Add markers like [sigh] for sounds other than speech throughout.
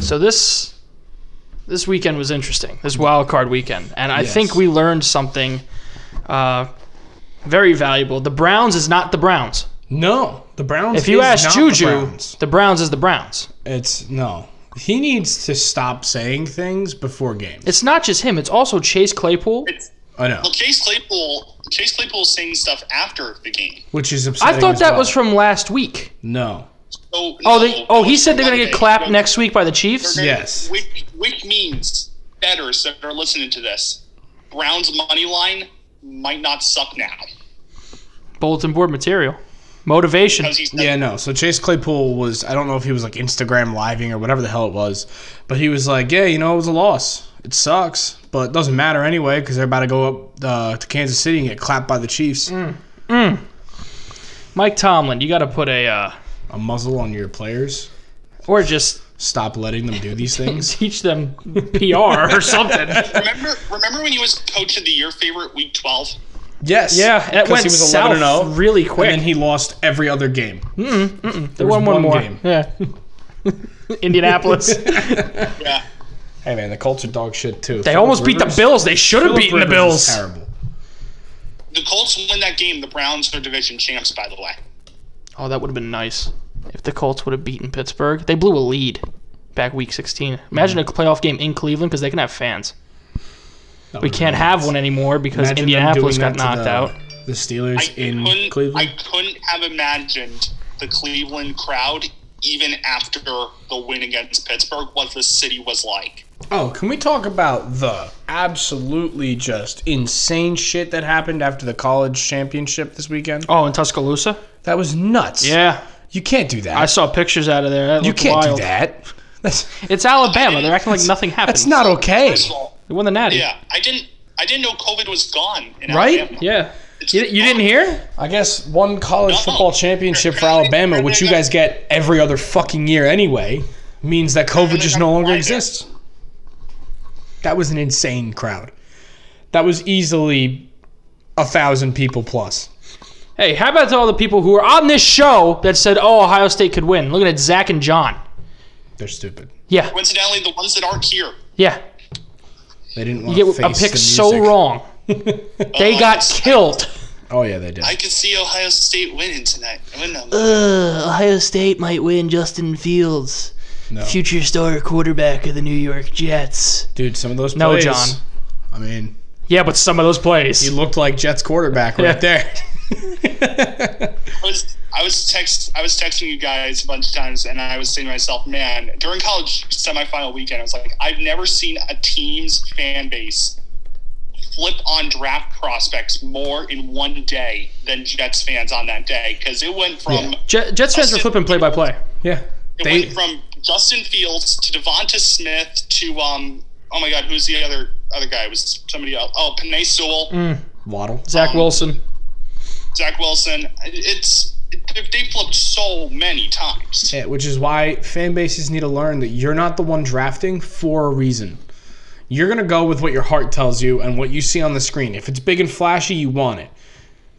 So this this weekend was interesting. This wild card weekend, and I think we learned something uh, very valuable. The Browns is not the Browns. No, the Browns. If you is ask not Juju, the Browns. the Browns is the Browns. it's no. He needs to stop saying things before games. It's not just him. It's also Chase Claypool. It's, I know, well, Chase Claypool, Chase Claypool is saying stuff after the game. which is I upsetting. thought as that well. was from last week. no. Oh, Oh, no, they, oh, he said they're gonna get Monday. clapped No, next week by the Chiefs. they're gonna- Yes. Which, which means betters that are listening to this, Browns money line might not suck now Bulletin board material, motivation. because he's Yeah, no. So Chase Claypool was I don't know if he was like Instagram living or whatever the hell it was, but he was like, yeah, you know, it was a loss. It sucks, but it doesn't matter anyway because they're about to go up uh, to Kansas City and get clapped by the Chiefs. Mm. Mike Tomlin, you got to put a uh, A muzzle on your players. or just [laughs] Stop letting them do these things. teach them PR or [laughs] something. Remember, remember when he was coach of the year favorite week twelve? Yes. Yeah, that 'Cause went south really quick. oh, And then he lost every other game. They was won one one more. game. Yeah. [laughs] [laughs] Indianapolis. Yeah. Hey man, the Colts are dog shit too. They almost beat the Bills. They should have beaten the Bills. Terrible. The Colts win that game. The Browns are division champs, by the way. Oh, that would have been nice if the Colts would have beaten Pittsburgh. They blew a lead back week 16. Imagine Mm-hmm. a playoff game in Cleveland because they can have fans. We can't have one anymore because Mm-hmm. Imagine them Indianapolis doing got that to knocked the- out. The I Steelers in couldn't, Cleveland. I couldn't have imagined the Cleveland crowd, even after the win against Pittsburgh, what the city was like. Oh, can we talk about the absolutely just insane shit that happened after the college championship this weekend? Oh, in Tuscaloosa? That was nuts. Yeah. You can't do that. I saw pictures out of there. That you looked can't wild. do that. That's It's Alabama. They're acting like nothing happened. that's not okay. First of all, They won the Natty. yeah, I didn't, I didn't know COVID was gone. In Right? Alabama. Yeah. It's You, you didn't hear? I guess one college No. football championship for Alabama, which you guys get every other fucking year anyway, means that COVID just no longer exists. That was an insane crowd. That was easily a thousand people plus. Hey, how about to all the people who were on this show that said, oh, Ohio State could win? Looking at Zach and John. They're stupid. Yeah. Coincidentally, the ones that aren't here. Yeah. They didn't want Get to face a pick so music. wrong. They Oh, got killed. [laughs] Oh yeah, they did. I could see Ohio State winning tonight. Win them. Uh, Ohio State might win Justin Fields, No. future star quarterback of the New York Jets. Dude, some of those No, plays, John. I mean, Yeah, but some of those plays. he looked like Jets quarterback Yeah. right there. I was I was text I was texting you guys a bunch of times, and I was saying to myself, man, during college semifinal weekend, I was like, I've never seen a team's fan base flip on draft prospects more in one day than Jets fans on that day because it went from Je- Jets fans are flipping play by play. yeah, it they went from Justin Fields to Devonta Smith to um oh my god who's the other other guy It was somebody else oh Panay Sewell Mm. waddle. Um, Zach Wilson. Zach Wilson it's it, they flipped so many times. Yeah, which is why fan bases need to learn that you're not the one drafting for a reason. You're gonna go with what your heart tells you and what you see on the screen. If it's big and flashy, you want it.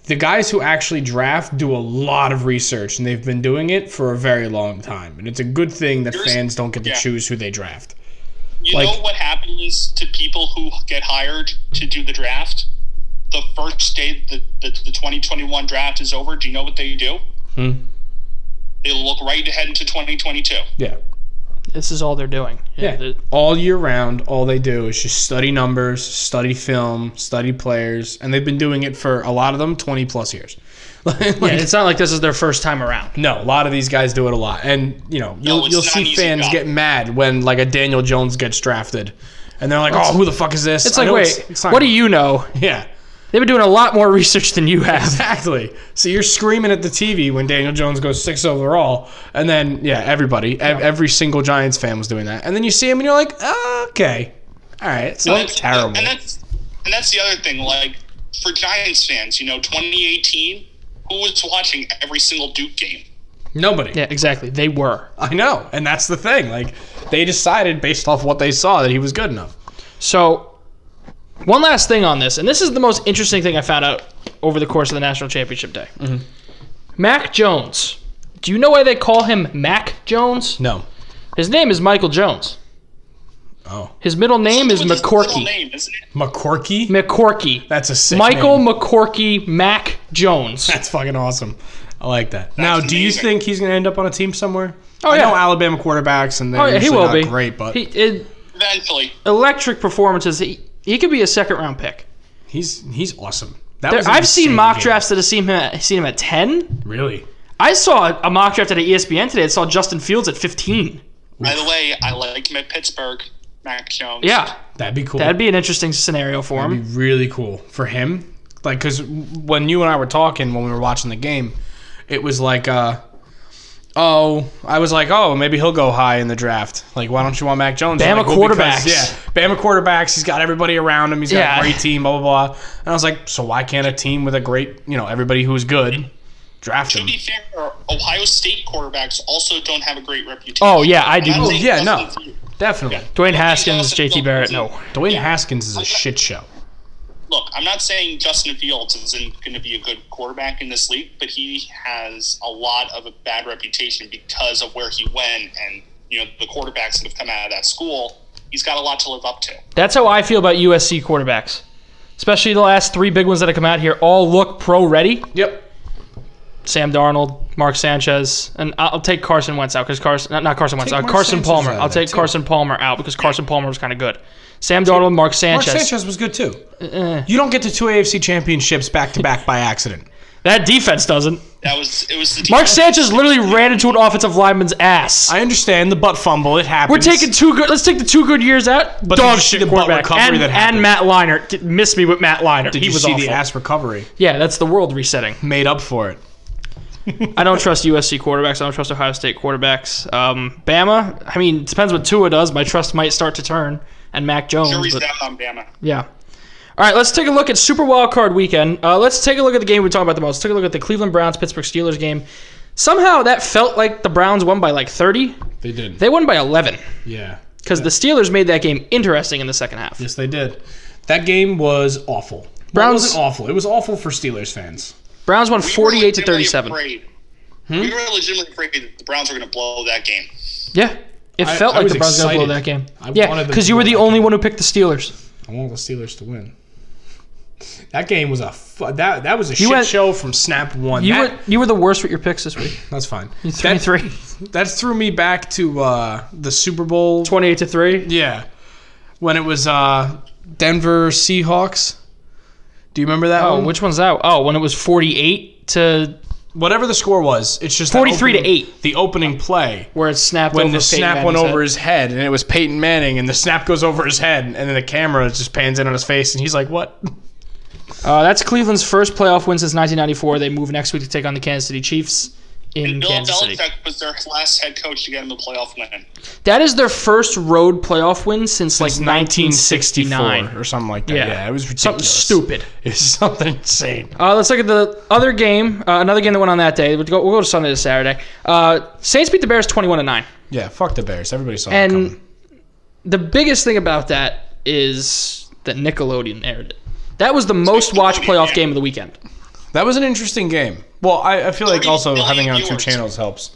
The guys who actually draft do a lot of research, and they've been doing it for a very long time. And it's a good thing that fans don't get to yeah. choose who they draft. You Like- know what happens to people who get hired to do the draft? The first day the, the, the 2021 draft is over, do you know what they do? Hmm. They look right ahead into 2022. Yeah. This is all they're doing. Yeah. the- all year round, all they do is just study numbers, study film, study players, and they've been doing it for a lot of them 20 plus years. [laughs] Like, yeah, it's not like this is their first time around. no, a lot of these guys do it a lot. And, you know, you'll, it's you'll not an see easy fans job. get mad when, like, a Daniel Jones gets drafted. And they're like, oh, who the fuck is this? It's like, wait, what do you know? [laughs] Yeah, They've been doing a lot more [laughs] research than you have. exactly. So you're screaming at the TV when Daniel Jones goes six overall. And then, yeah, everybody, ev- every single Giants fan was doing that. And then you see him and you're like, "Ah, okay. All right. So And that's- terrible. And that's, and that's the other thing. Like, for Giants fans, you know, 2018, who was watching every single Duke game? Nobody. Yeah, exactly. They were. I know, and that's the thing. Like they decided based off what they saw that he was good enough. So, one last thing on this, and this is the most interesting thing I found out over the course of the national championship day. Mm-hmm. Mac Jones. Do you know why they call him Mac Jones? No, His name is Michael Jones. Oh, His middle name is What's his middle McCorkey. name, isn't it? McCorky. McCorkey. That's a sick Michael name. McCorkey Mac [laughs] Jones. That's fucking awesome. I like that. now, do you amazing. think he's going to end up on a team somewhere? Oh, I yeah. know Alabama quarterbacks, and they're Oh, yeah, he usually will not be great, but he, it, Eventually. electric performances. He, he could be a second round pick. he's he's awesome. That There- was an I've seen insane mock game. drafts that have seen him seen him at ten. Really, I saw a- a mock draft at E ESPN today. that saw Justin Fields at fifteen. By the way, I like him at Pittsburgh. Mac Jones. Yeah, that'd be cool. that'd be an interesting scenario for That'd him. be really cool for him. Like, because when you and I were talking when we were watching the game, it was like, uh, oh, I was like, oh, maybe he'll go high in the draft. Like, why don't you want Mac Jones? Bama Like, well, because- quarterbacks. yeah, Bama quarterbacks. He's got everybody around him. He's got Yeah. a great team. Blah blah blah. And I was like, so why can't a team with a great, you know, everybody who's good draft To him? be fair, Ohio State quarterbacks also don't have a great reputation. Oh yeah, I do. I'm not saying yeah, no. that's not true. Definitely. Dwayne Haskins, J.T. Barrett. No, Dwayne Haskins is a shit show. Look, I'm not saying Justin Fields isn't going to be a good quarterback in this league, but he has a lot of a bad reputation because of where he went and you know the quarterbacks that have come out of that school. He's got a lot to live up to. that's how I feel about USC quarterbacks, especially the last three big ones that have come out here. All look pro ready. Yep. Sam Darnold, Mark Sanchez, and I'll I'll take Carson Wentz out because Carson, not, not Carson Wentz, Take uh, Mark Carson Sanchez Palmer. out of I'll there, take too. Carson Palmer out because Carson Palmer was kind of good. Sam Darnold, Mark Mark Sanchez. Sanchez was good too. Uh-uh. you don't get to two AFC championships back to back by accident. That defense doesn't. That was it. Was the Mark Sanchez literally ran into an offensive lineman's ass. I understand the butt fumble. It happens. We're taking two good. Let's take the two good years out. But did Dog you see shit the butt quarterback and, recovery that and happened? Matt Leinart Get- missed me with Matt Leinart. Did he you was see awful. the ass recovery? Yeah, that's the world resetting. Made up for it. I don't trust USC quarterbacks. I don't trust Ohio State quarterbacks. Um, Bama. I mean, it depends what Tua does. My trust might start to turn. And Mac Jones. jury's but- out on Bama. Yeah. All right, let's take a look at Super Wild Card Weekend. Uh, let's take a look at the game we talked about the most. Let's take a look at the Cleveland Browns Pittsburgh Steelers game. Somehow that felt like the Browns won by like 30. They did. They won by 11 yeah. because the Steelers made that game interesting in the second half. Yes, they did. That game was awful. Browns- Browns wasn't awful. It was awful for Steelers fans. Browns won We were 48 to Hmm? legitimately 37. afraid. We were legitimately afraid that the Browns were going to blow that game. Yeah. It I- felt I like was the Browns going to blow excited. that game. I yeah, wanted them because to you were blow the that only one who picked the Steelers. I want the Steelers to win. That game was a fu- that that was a shit went- show from snap one. You That- were you were the worst with your picks this week. that's fine. Three That, three. that threw me back to uh, the Super Bowl. 28 to three. Yeah, when it was uh, Denver Seahawks. Do you remember that Oh, one? which one's that? Oh, when it was 48 to whatever the score was, it's just that 43 to opening- eight. The opening play where it snapped when over the Peyton snap went Manning's over head. his head, and it was Peyton Manning, and the snap goes over his head, and then the camera just pans in on his face, and he's like, "What?" Uh, that's Cleveland's first playoff win since 1994. They move next week to take on the Kansas City Chiefs in Bill Kansas Belichick City. was their last head coach to get him the playoff win. That is their first road playoff win since, like 1964 1969. or something like that. Yeah. Yeah, it was ridiculous. Something stupid. [laughs] It's something insane. Uh, let's look at the other game. Uh, another game that went on that day. We'll go, we'll go to Sunday to Saturday. Uh, Saints beat the Bears 21 to 9. Yeah, fuck the Bears. Everybody saw it And coming. the biggest thing about that is that Nickelodeon aired it. That was the most watched playoff game of the weekend. That was an interesting game. Well, I, I feel like 30 also million having it on two viewers. channels helps.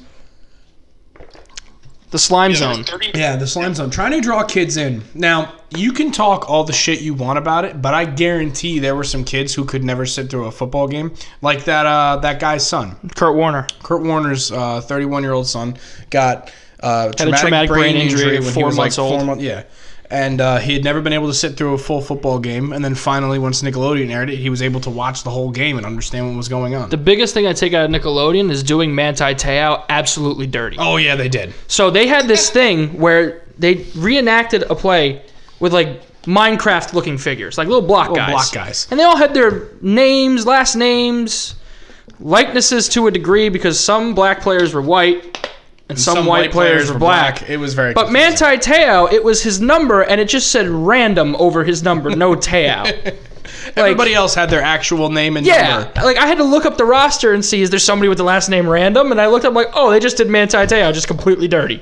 The Slime You know, Zone. 30 Yeah, the slime zone. Trying to draw kids in. Now, you can talk all the shit you want about it, but I guarantee there were some kids who could never sit through a football game, like that uh, that guy's son, Kurt Warner. Kurt Warner's 31 year old son, got uh, a traumatic, traumatic brain, brain injury, injury at when four he was months like old. four months. Yeah, and uh, he had never been able to sit through a full football game, and then finally, once Nickelodeon aired it, he was able to watch the whole game and understand what was going on. The biggest thing I take out of Nickelodeon is doing Manti Te'o absolutely dirty. oh yeah, they did. So they had this thing where they reenacted a play with like Minecraft looking figures, like little block guys. block guys. And they all had their names, last names, likenesses to a degree because some black players were white and, some, white, players, were black. It was very. But confusing. Manti Te'o, it was his number and it just said random over his number, [laughs] no Te'o. everybody else had their actual name and Yeah, number. like I had to look up the roster and see is there somebody with the last name random, and I looked up like, oh, they just did Manti Te'o, just completely dirty.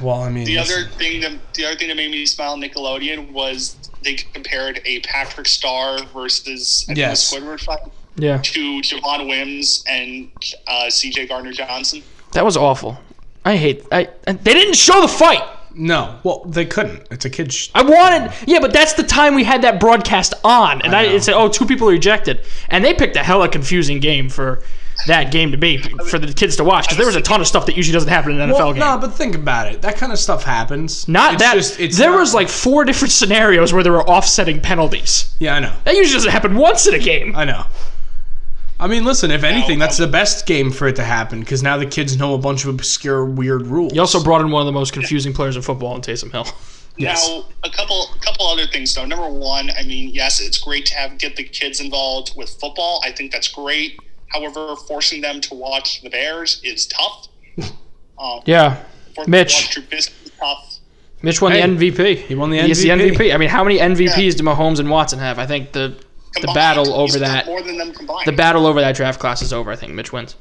Well, I mean, The listen. other thing that the other thing that made me smile at Nickelodeon was they compared a Patrick Starr versus I think it was Yes. Squidward fight Yeah, to Javon Wims and uh, C.J. Gardner Johnson. that was awful. I hate. I, I they didn't show the fight. No, well they couldn't. It's a kid's. Sh- I wanted, yeah, but that's the time we had that broadcast on, and I, know. it said, "Oh, two people rejected," and they picked a hella confusing game for that game to be for the kids to watch because there was a ton of stuff that usually doesn't happen in an NFL well, game. no, but think about it. That kind of stuff happens. Not It's that just- it's there not- was like four different scenarios where there were offsetting penalties. Yeah, I know. That usually doesn't happen once in a game. I know. I mean, listen. If anything, um, that's the best game for it to happen because now the kids know a bunch of obscure, weird rules. He also brought in one of the most confusing players in football in Taysom Hill. Yes. Now, a couple couple other things though. Number one, I mean, yes, it's great to have get the kids involved with football. I think that's great. However, forcing them to watch the Bears [laughs] is tough. Um, [laughs] Yeah. forcing Mitch. them to watch Trubisky is tough. Mitch won Hey, the MVP. He won the He's the MVP. MVP. I mean, how many MVPs do Mahomes and Watson have? I think the the Combined, battle he's over got that more than them combined. the battle over that draft class is over. I think Mitch wins.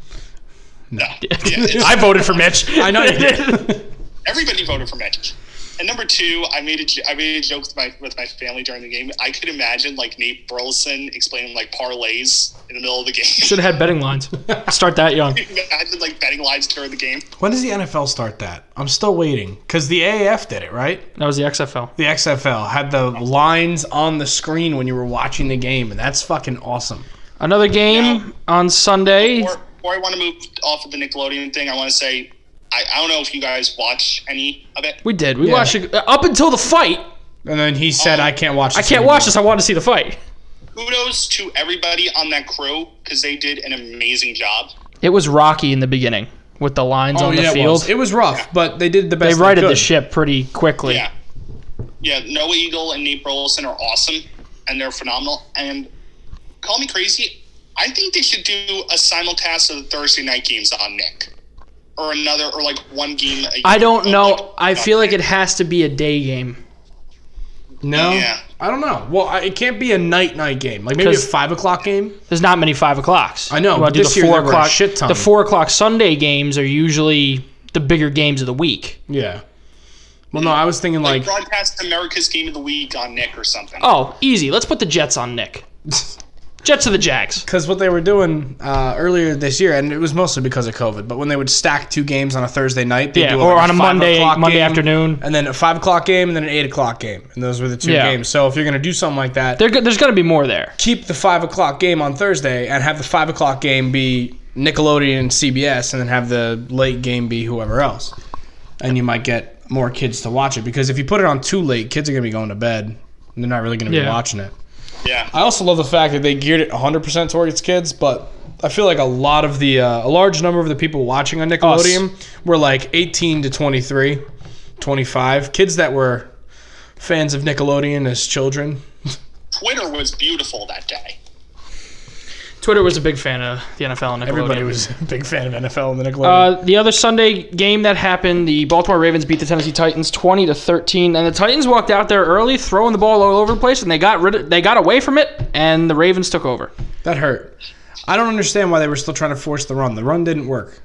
No. Yeah, it's- [laughs] I voted for Mitch. I know [laughs] you [laughs] everybody voted for Magic. And number two, I made a j- I made a joke with my with my family during the game. I could imagine like Nate Burleson explaining like parlays in the middle of [laughs] the game. Should have had betting lines. Start that young. [laughs] imagine like betting lines during the game. When does the NFL start that? I'm still waiting because the AAF did it, right? That was the XFL. The XFL had the lines on the screen when you were watching the game, and that's fucking awesome. Another game on Sunday. Or, or I want to move off of the Nickelodeon thing. I want to say I, I don't know if you guys watch any of it. We did. We Yeah. watched it uh, up until the fight. And then he said, "I can't watch. This I can't watch this. I wanted to see the fight. Kudos to everybody on that crew because they did an amazing job. It was rocky in the beginning with the lines Oh, on the yeah, it field. was. It was rough, but they did the they best. righted could. the ship pretty quickly. Yeah. Yeah, Noah Eagle and Nate Burleson are awesome and they're phenomenal. And call me crazy, I think they should do a simulcast of the Thursday night games on Nick. Or another or like one game a year. I don't know. Like, I feel like it has to be a day game. No, Yeah. I don't know. Well, I, it can't be a night night game. Like maybe a 'Cause- five o'clock game. There's not many five o'clocks. I know, You but wanna do this year there were a shit ton. The four o'clock Sunday games are usually the bigger games of the week. Yeah. Well, no, I was thinking like, broadcast America's game of the week on Nick or something. Oh, easy. Let's put the Jets on [laughs] Nick. Jets of the Jags. because what they were doing uh, earlier this year, and it was mostly because of COVID. But when they would stack two games on a Thursday night, they Yeah, do or like on a five Monday o'clock Monday game, afternoon. and then a five o'clock game, and then an eight o'clock game, and those were the two Yeah. games. So if you're gonna do something like that, There, there's going to be more there. keep the five o'clock game on Thursday and have the five o'clock game be Nickelodeon and CBS, and then have the late game be whoever else. And you might get more kids to watch it because if you put it on too late, kids are gonna be going to bed. and They're not really gonna be Yeah. watching it. Yeah. I also love the fact that they geared it 100% towards kids, but I feel like a lot of the uh, a large number of the people watching on Nickelodeon were like 18 to 23, 25 kids that were fans of Nickelodeon as children. Twitter was beautiful that day. Twitter was a big fan of the NFL and Nickelodeon. Everybody was [laughs] a big fan of NFL and the Nickelodeon. Uh, the other Sunday game that happened, the Baltimore Ravens beat the Tennessee Titans twenty to thirteen, and the Titans walked out there early, throwing the ball all over the place, and they got rid of, they got away from it, and the Ravens took over. that hurt. I don't understand why they were still trying to force the run. The run didn't work.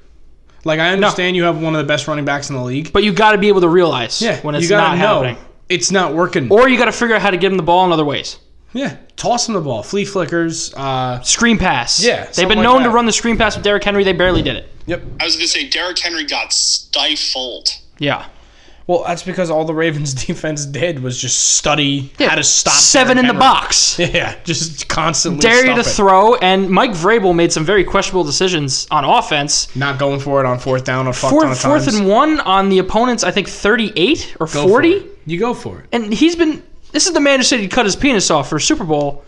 Like I understand you have one of the best running backs in the league, But you got to be able to realize yeah, when it's you gotta not know happening, it's not working. or you got to figure out how to give them the ball in other ways. yeah, toss him the ball, flea flickers. Uh, Screen pass. Yeah, they've something been like known to that. run the screen pass with Derrick Henry. They barely did it. yep. I was gonna say Derrick Henry got stifled. Yeah, Well, that's because all the Ravens [laughs] defense did was just study how to stop seven Derrick in the Henry. box. [laughs] Yeah, just constantly Dare you stuff to it. throw, and Mike Vrabel made some very questionable decisions on offense. Not going for it on fourth down a fuck ton Fourth, of fourth times. and one on the opponent's, I think, 38 or Go for 40. it. You go for it. And he's been. This is the man who said he'd cut his penis off for a Super [laughs] Bowl,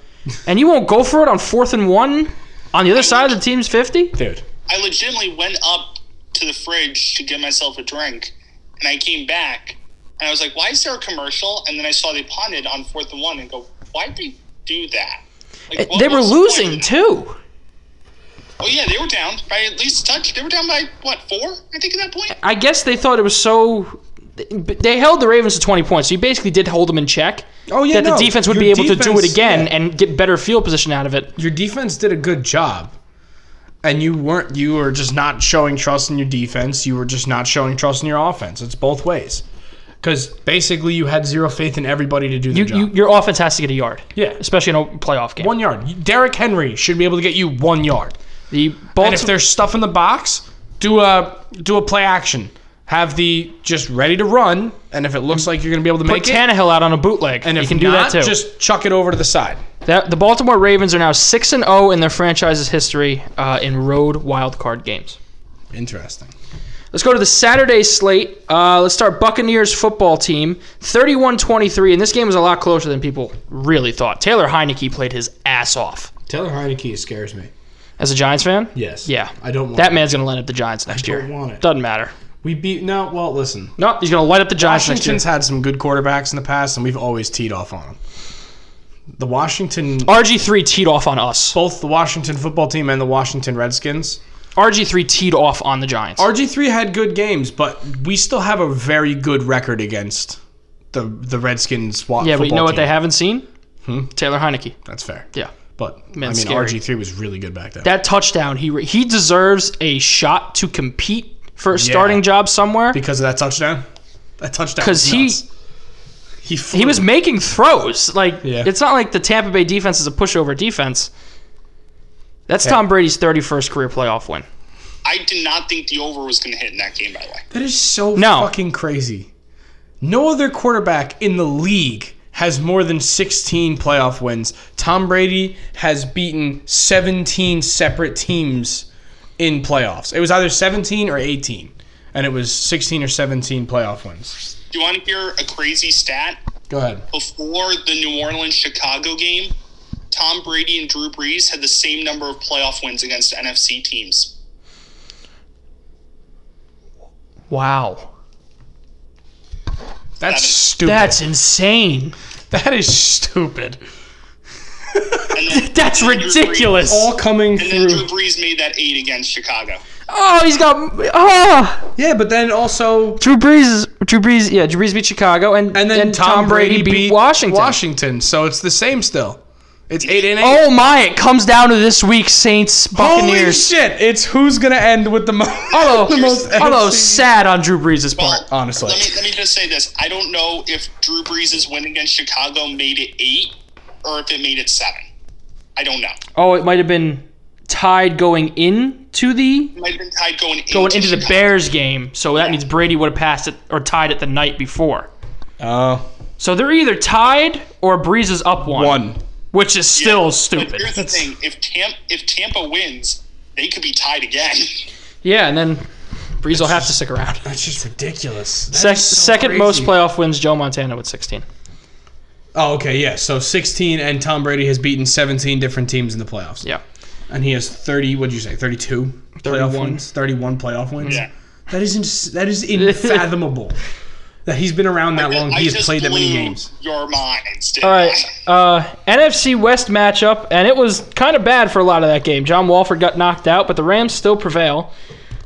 and you won't go for it on fourth and one on the other side of the team's 50? Dude. I legitimately went up to the fridge to get myself a drink, and I came back, and I was like, "Why is there a commercial?" And then I saw they punted on fourth and one, and go, "Why'd they do that?" Like, what They were was the losing, point? too. Oh yeah, they were down by at least a touch. They were down by what four? I think at that point. I guess they thought it was so. They held the Ravens to 20 points, so you basically did hold them in check. Oh, yeah, that no. the defense would Your be able to do defense- it again yeah. and get better field position out of it. Your defense did a good job. And you weren't you were just not showing trust in your defense. You were just not showing trust in your offense. It's both ways. Cuz basically you had zero faith in everybody to do their You, job. you, your offense has to get a yard, yeah. especially in a playoff game. One yard. Derrick Henry should be able to get you 1 yard. the And if Baltimore, there's stuff in the box, do a do a play action. Have the just ready to run and if it looks like you're going to be able to Put make it, Tannehill out on a bootleg. and you if can do not, that too. just chuck it over to the side. That, the Baltimore Ravens are now six and zero in their franchise's history uh, in road wild card games. Interesting. Let's go to the Saturday slate. Uh, let's start Buccaneers football team, 31-23, and this game was a lot closer than people really thought. Taylor Heineke played his ass off. Taylor Heineke scares me. As a Giants fan, Yes. Yeah. I don't want that it. man's gonna light up the Giants next don't year. want it. Doesn't matter. We beat no. Well, listen, No, he's gonna light up the Giants next year. Washington's had some good quarterbacks in the past, and we've always teed off on them. The Washington, RG three teed off on us. both the Washington football team and the Washington Redskins, RG three teed off on the Giants. RG three had good games, but we still have a very good record against the the Redskins. Wa- yeah, but you know football what team. Hmm? they haven't seen? Taylor Heineke. That's fair. Yeah. But Man, I mean, scary. RG three was really good back then. that touchdown he he deserves a shot to compete for a starting job somewhere because of that touchdown. That touchdown. because Because he he flew. he was making throws like Yeah. it's not like the Tampa Bay defense is a pushover defense that's Tom Brady's 31st career playoff win I did not think the over was going to hit in that game. By the way, That is so No. fucking crazy. No other quarterback in the league has more than 16 playoff wins. Tom Brady has beaten 17 separate teams in playoffs. It was either 17 or 18, and it was 16 or 17 playoff wins. do you want to hear a crazy stat? Go ahead. Before the New Orleans Chicago game, Tom Brady and Drew Brees had the same number of playoff wins against NFC teams. wow That's That is- stupid. that's insane [laughs] that is stupid. And [laughs] then, that's and then Drew Brees- Oh. ridiculous All coming And then Drew through. Brees made that eight against Chicago. oh he's got oh Yeah, but then also Drew Brees is- Drew Brees yeah Drew Brees beat Chicago and and then Tom, Brady, beat Washington Washington, so it's the same still. It's 8 and 8. oh my it comes down to this week's Saints Holy Buccaneers shit! It's who's gonna end with the most. Although, [laughs] the most although NFC. sad on Drew Brees' part. Well, honestly. Let me, let me just say this. I don't know if Drew Brees' win against Chicago made it eight or if it made it seven. I don't know. Oh, it might have been tied going into the It might have been tied going into, going into the Chicago. Bears game, so that means Brady would have passed it or tied it the night before. Oh, So they're either tied or Brees is up one, one. which is still But stupid. here's the thing: if Tampa if Tampa wins, they could be tied again. Yeah, and then Brees will have to stick around. That's just ridiculous. That Sec- is so second crazy. most playoff wins, Joe Montana with 16. Oh, okay, yeah. So 16, and Tom Brady has beaten 17 different teams in the playoffs. Yeah. And he has 30. What'd you say? 32 playoff 31. wins. 31 playoff wins. Yeah. That is ins- [laughs] that is unfathomable. that he's been around that long. I He has just played that many blew games. Your minds. didn't All right, I? uh, NFC West matchup, and it was kind of bad for a lot of that game. John Walford got knocked out, but the Rams still prevail.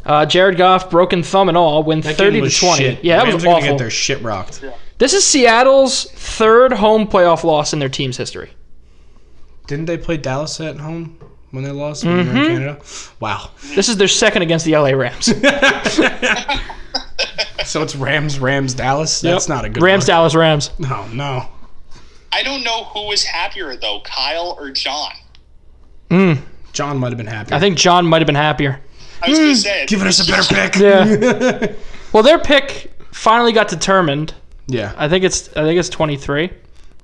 Uh, Jared Goff, broken thumb and all, win That thirty game to was twenty. shit. Yeah, that Rams was are gonna Get awful. their shit rocked. This is Seattle's third home playoff loss in their team's history. Didn't they play Dallas at home when they lost when Mm-hmm. they were in Canada? Wow. This is their second against the LA Rams. So it's Rams, Rams, Dallas. [laughs] That's not a good Rams, One. Dallas Rams. No, no. I don't know who was happier though, Kyle or John. John might have been happy. I think John might have been happier. I was Hmm. gonna say giving us a better pick. Yeah. [laughs] Well, their pick finally got determined. [laughs] yeah. I think it's I think it's twenty three.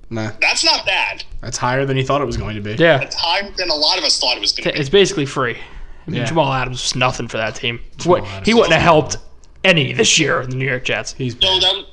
Nah, that's not bad. that's higher than he thought it was going to be. Yeah, It's higher than a lot of us thought it was gonna be. it's basically free. I mean, Yeah. Jamal Adams was nothing for that team. What Adams he wouldn't have helped any this year with the New York Jets. He's So that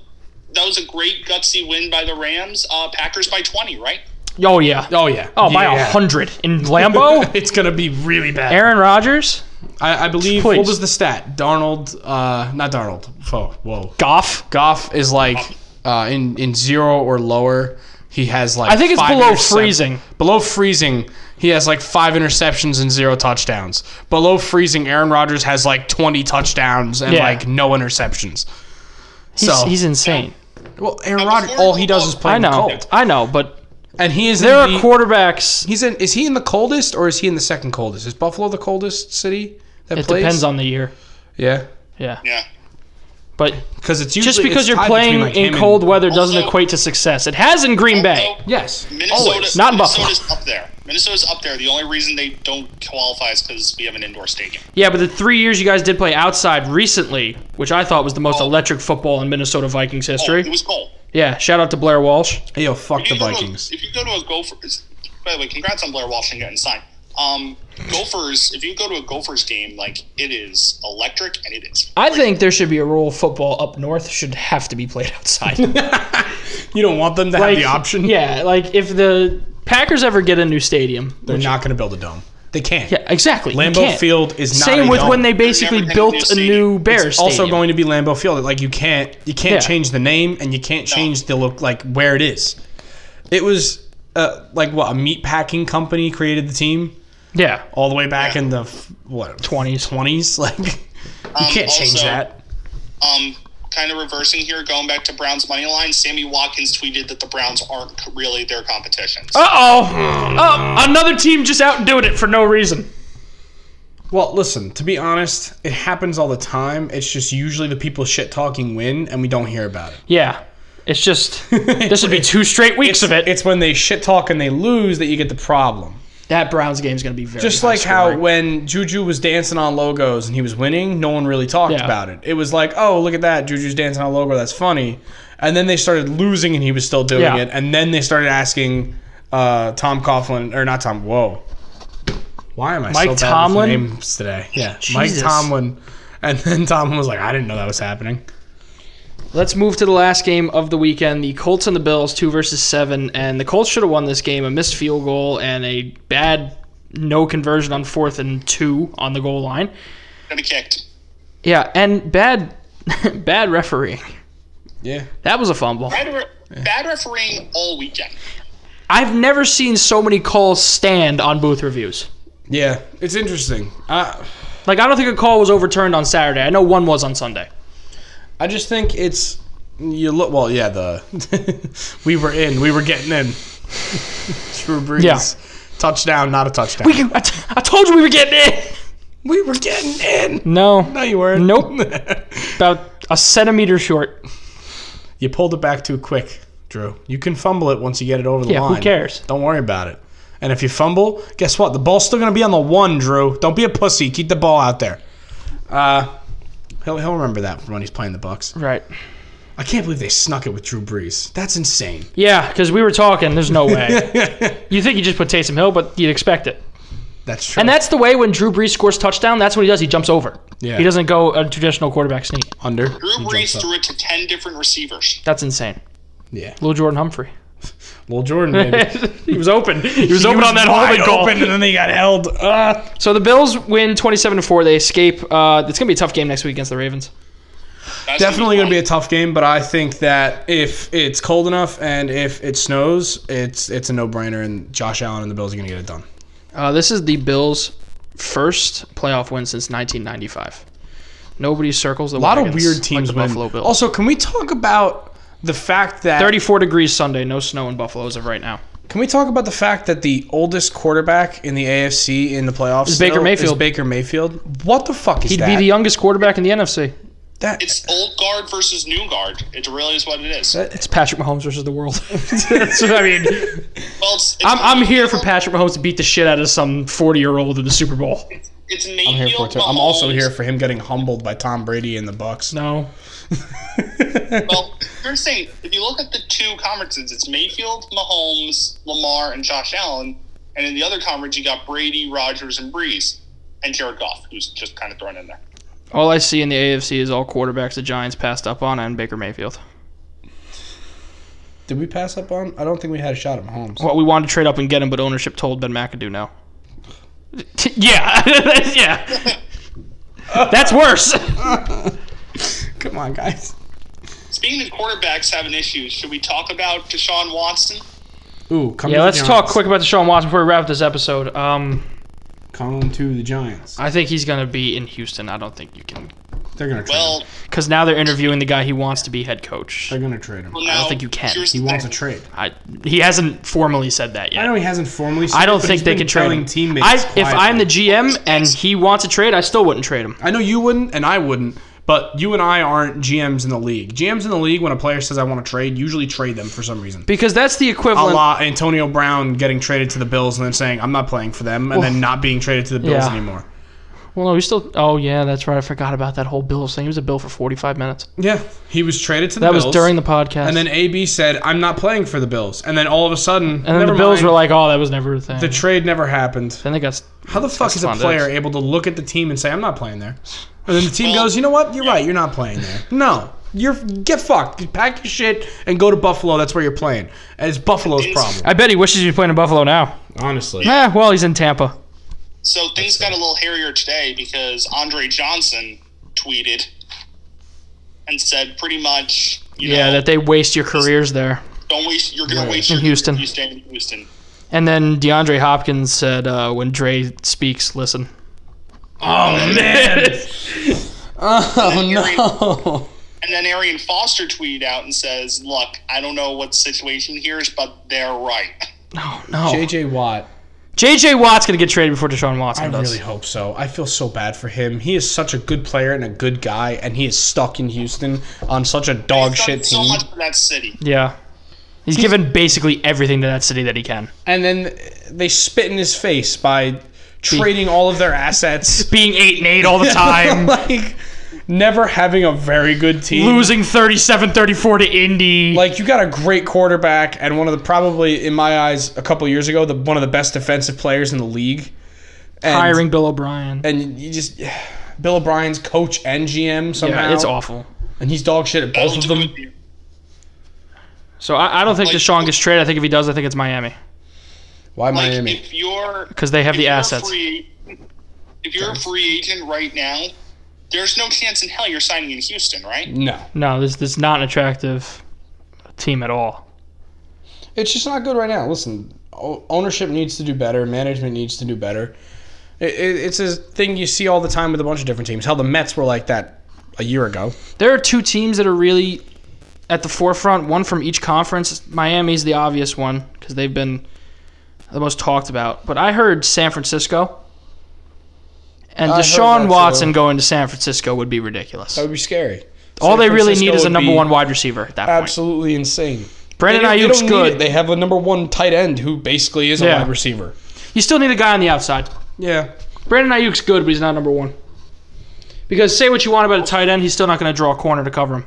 that was a great gutsy win by the Rams. Uh, Packers by twenty, right? Oh yeah. Oh yeah. Oh, by a Yeah. hundred in Lambo. [laughs] It's gonna be really bad. Aaron Rodgers, I, I believe. Please. What was the stat? Darnold, uh, not Darnold. Oh, whoa. Goff. Goff is like uh, in in zero or lower. He has like Oh. I think it's five below intercep- freezing. Below freezing, he has like five interceptions and zero touchdowns. Below freezing, Aaron Rodgers has like twenty touchdowns and Yeah. like no interceptions. He's, so he's insane. well, Aaron I'm Rodgers, affordable. all he does is play I in the know. cold, I know, but and he is there in are the- quarterbacks. He's in. Is he in the coldest or is he in the second coldest? Is Buffalo the coldest city that It plays? depends on the year. Yeah, Yeah, Yeah. but because it's usually just because it's you're tied playing between, like, him in and- cold weather doesn't Also- equate to success. It has in Green Bay. Also, Yes, Minnesota, always. Not in Buffalo. Minnesota's up there. Minnesota's up there. The only reason they don't qualify is because we have an indoor stadium. Yeah, but the three years you guys did play outside recently, which I thought was the most Oh. electric football in Minnesota Vikings Oh, history. It was cold. yeah, shout out to Blair Walsh. Hey, yo, fuck If the you go to a- Vikings. if you go to a Gophers, by the way, congrats on Blair Walsh and getting signed. Um, Gophers. If you go to a Gophers game, like it is electric and it is. I think there should be a rule football up north should have to be played [laughs] outside. You don't want them to Like, have the option. Yeah, like if the Packers ever get a new stadium, They're not going to build a dome. They can't. yeah, exactly. you Lambeau can't. Field is not Same a with dome. when they basically They're never gonna built a do a new Bears. It's also stadium. going to be Lambeau Field. Like you can't you can't Yeah. change the name and you can't change the look like where it is. It was uh, like what a meat packing company created the team yeah. all the way back in the f- what 20s. twenties. [laughs] Like you can't change also- that. Um, kind of reversing here, going back to Browns money line. Sammy Watkins tweeted that the Browns aren't c- really their competition. Uh oh. Hmm. Oh, another team just outdoing it for no reason. Well, listen. To be honest, it happens all the time. It's just usually the people shit talking win, and we don't hear about it. Yeah. It's [laughs] just this would be two straight weeks of it. It's when they shit talk and they lose that you get the problem. that Browns game's going to be very Just high like how scoring. when Juju was dancing on logos and he was winning, no one really talked Yeah. about it. It was like, oh, look at that, Juju's dancing on a logo, that's funny. And then they started losing and he was still doing Yeah. it. And then they started asking uh, Tom Coughlin, or not Tom, whoa. Why am I so Mike bad Tomlin? with names today? Yeah, Mike Jesus. Tomlin. And then Tomlin was like, I didn't know that was happening. Let's move to the last game of the weekend. The Colts and the Bills, two versus seven, and the Colts should have won this game. A missed field goal and a bad no conversion on fourth and two on the goal line. Gonna be kicked. Yeah, and bad, [laughs] bad refereeing. Yeah. That was a fumble. Bad, re- bad refereeing all weekend. I've never seen so many calls stand on booth reviews. Yeah, it's interesting. I, Like I don't think a call was overturned on Saturday. I know one was on Sunday. I just think it's. You look well, yeah. The [laughs] we were in, we were getting in. [laughs] Drew Brees, Yeah. touchdown, not a touchdown. We, I, t- I told you we were getting in. we were getting in. [laughs] No, No, you weren't. Nope. about a centimeter short. [laughs] you pulled it back too quick, Drew. You can fumble it once you get it over the Yeah, who line. cares? Don't worry about it. And if you fumble, guess what? The ball's still gonna be on the one, Drew. Don't be a pussy. Keep the ball out there. Uh, he'll he'll remember that for when he's playing the Bucks. Right. I can't believe they snuck it with Drew Brees. That's insane. Yeah, because we were talking. There's no [laughs] way. you think you just put Taysom Hill, but you'd expect it. That's true. And that's the way when Drew Brees scores touchdown. That's what he does. He jumps over. Yeah. He doesn't go a traditional quarterback sneak. under. Drew He jumps Brees up. threw it to ten different receivers. That's insane. Yeah. Little Jordan Humphrey. [laughs] Well, Jordan, maybe. he was open. [laughs] He was open on that wide holding call. open, and then they got held. Uh, So the Bills win 27 to four. They escape. Uh, it's gonna be a tough game next week against the Ravens. That's definitely going to be a fun. tough game, but I think that if it's cold enough and if it snows, it's it's a no brainer, and Josh Allen and the Bills are going to get it done. Uh, this is the Bills' first playoff win since 1995. Nobody circles the A lot of wagons weird like teams the win. Buffalo Bills. Also, can we talk about the fact that 34 degrees Sunday. No snow in Buffalo as of right now. Can we talk about the fact that the oldest quarterback in the AFC in the playoffs Is Baker still Mayfield. Baker Mayfield. What the fuck is He'd that? be the youngest quarterback in the NFC. that, It's old guard versus new guard. It really is what it is. Well, Uh, It's Patrick Mahomes versus the [laughs] world. So, I mean, it's, it's I'm, I'm here for Patrick Mahomes to beat the shit out of some 40 year old in the Super Bowl. It's Mayfield. I'm here for it too. I'm also here for him getting humbled by Tom Brady and the Bucks. No. Well, you're saying if you look at the two conferences, it's Mayfield, Mahomes, Lamar, and Josh Allen, and in the other conference you got Brady, Rogers, and Breeze, and Jared Goff, who's just kind of thrown in there. All I see in the AFC is all quarterbacks the Giants passed up on and Baker Mayfield. Did we pass up on? I don't think we had a shot at Mahomes. Well, we wanted to trade up and get him, but ownership told Ben McAdoo no. [laughs] yeah. [laughs] yeah. That's worse. Come on, guys. Speaking of quarterbacks having issues, should we talk about Deshaun Watson? Ooh, come Yeah, to let's the talk Giants. quick about Deshaun Watson before we wrap up this episode. Um, Come to the Giants. I think he's going to be in Houston. I don't think you can. They're gonna trade. him. Well, Because now they're interviewing the guy he wants to be head coach. they're gonna trade him. well don't now think you can. here's He the wants a thing. trade. I, he hasn't formally said that I yet. know he hasn't formally. Said I it, don't but think he's they been could trade him. telling Teammates I, if quietly. I'm the GM and he wants to trade, I still wouldn't trade him. I know you wouldn't, and I wouldn't. But you and I aren't GMs in the league. GMs in the league, when a player says I want to trade, usually trade them for some reason. Because that's the A equivalent. la Antonio Brown getting traded to the Bills and then saying I'm not playing for them, and then not being traded to the Bills Yeah. anymore. Well, no, he's still. Oh yeah, that's right. I forgot about that whole Bills thing. He was a Bill for 45 minutes. Yeah, he was traded to the That Bills. was during the podcast. And then AB said, "I'm not playing for the Bills." And then all of a sudden, And then never the Bills mind, were like, oh, that was never a thing. the trade never happened. then they got. s- How the fuck is a Stephon Diggs. player able to look at the team and say, "I'm not playing there," and then the team goes, "You know what? You're right. You're not playing there. No, you're get fucked. Pack your shit and go to Buffalo. That's where you're playing. And it's Buffalo's problem, I bet he wishes he was playing in Buffalo now. honestly. Eh, well, he's in Tampa. So things got a little hairier today because Andre Johnson tweeted and said pretty much, you Yeah, know, that they waste your careers there. don't waste. You're gonna waste In your Houston. if You stay in Houston. And then DeAndre Hopkins said, uh, when Dre speaks, listen. Oh man. Oh no. And then Arian Foster tweeted out and says, "Look, I don't know what the situation here is, but they're right." Oh, No, no. JJ Watt. JJ Watt's going to get traded before Deshaun Watson I does. really hope so. I feel so bad for him. He is such a good player and a good guy, and he is stuck in Houston on such a dog He's done shit so team. much for that city. Yeah. He's given basically everything to that city that he can. and then they spit in his face by trading all of their assets. Being 8 and 8 all the [laughs] time, [laughs] like never having a very good team. losing 37 34 to Indy. Like you got a great quarterback and one of the probably in my eyes a couple years ago the one of the best defensive players in the league. And, hiring Bill O'Brien. and you just Bill O'Brien's coach and GM somehow. Yeah, it's awful. and he's dog shit at both of them. So I, I don't think Like- Deshaun gets traded. I think if he does, I think it's Miami Why Like Miami? if you're because they have if the you're a assets. free- if you're a free agent right now, there's no chance in hell you're signing in Houston, right? No, No, this this is not an attractive team at all. it's just not good right now. Listen, o- ownership needs to do better. Management needs to do better. It, it, it's a thing you see all the time with a bunch of different teams. Hell, the Mets were like that a year ago. There are two teams that are really at the forefront, one from each conference. Miami's the obvious one because they've been the most talked about. But I heard San Francisco. And I heard that Deshaun too. Watson going to San Francisco would be ridiculous. That would be scary. All San they really Francisco need is a would number be one wide receiver at that point. Absolutely insane. Brandon They don't- they Ayuk's don't need good. it. They have a number one tight end who basically is Yeah. a wide receiver. you still need a guy on the outside. Yeah. Brandon Ayuk's good, but he's not number one. Because say what you want about a tight end, he's still not going to draw a corner to cover him.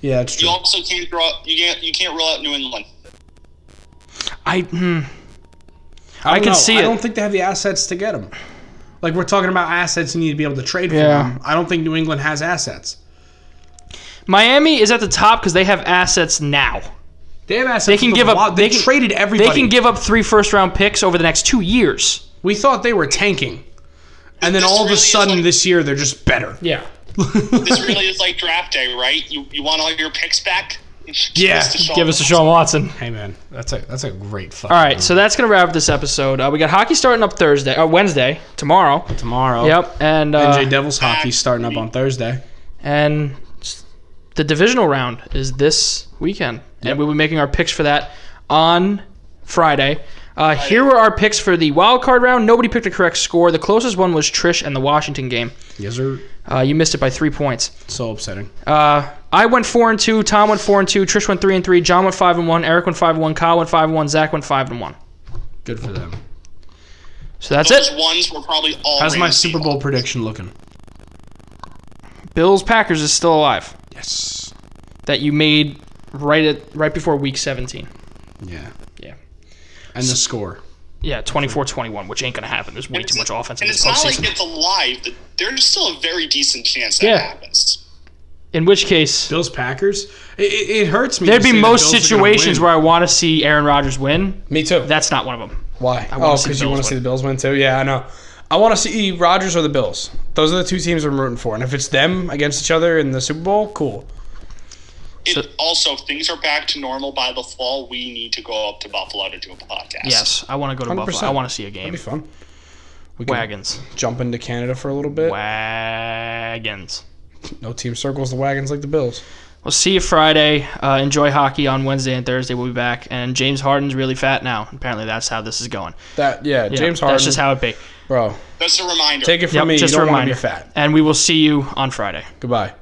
Yeah, it's true. You also can't draw. You can't. You can't rule out New England. I hmm, I, can see I it. don't think they have the assets to get him. Like we're talking about assets you need to be able to trade for Yeah. him. I don't think New England has assets. Miami is at the top because they have assets now. They have assets. They can with give a up- lot- They, they can- traded They everybody. can give up three first round picks over the next two years. we thought they were tanking, and then This all of really a is sudden like- this year they're just better. [laughs] Yeah. This really is like draft day, right? You you want all your picks back? Yeah, Give us a Sean Watson. hey man, that's a that's a great fuck. All right, so that's gonna wrap up this episode. Uh, we got hockey starting up Thursday, uh, Wednesday, tomorrow. Tomorrow. Yep, and uh, NJ Devils hockey starting up on Thursday. and s- the divisional round is this weekend, and we'll be making our picks for that on Friday. Uh, here were our picks for the wild card round. Nobody picked a correct score. The closest one was Trish and the Washington game. Yes, sir. Uh, you missed it by three points. So upsetting. Uh, I went four and two. Tom went four and two. Trish went three and three. John went five and one. Eric went five and one. Kyle went five and one. Zach went five and one. Good for them. So that's Those it. ones were probably all. How's my Rams Super people. Bowl prediction looking? Bills Packers is still alive. Yes. That you made right at right before week 17. Yeah. Yeah. And the score. Yeah, 24-21, which ain't gonna happen. There's way too much offense in And this it's not like postseason. it's alive. but There's still a very decent chance that Yeah. happens. In which case, Bills Packers. It, it, it hurts me. there'd to be see the most Bills are gonna situations win. where I want to see Aaron Rodgers win. me too. That's not one of them. Why? wanna Oh, see the because you Bills want to see win. the Bills win too. Yeah, I know. I want to see Rodgers or the Bills. Those are the two teams I'm rooting for. And if it's them against each other in the Super Bowl, cool. It, also, if things are back to normal by the fall, we need to go up to Buffalo to do a podcast. Yes, I want to go to Buffalo. 100%. I want to see a game. That'd be fun. We can Wagons, jump into Canada for a little bit. wagons. No team circles the wagons like the Bills. We'll see you Friday. Uh, enjoy hockey on Wednesday and Thursday. We'll be back. And James Harden's really fat now. Apparently, that's how this is going. That yeah, Yeah, James Harden. That's just how it be. bro, That's a reminder. take it from Yep, me. just you a don't want reminder. to be fat. And we will see you on Friday. Goodbye.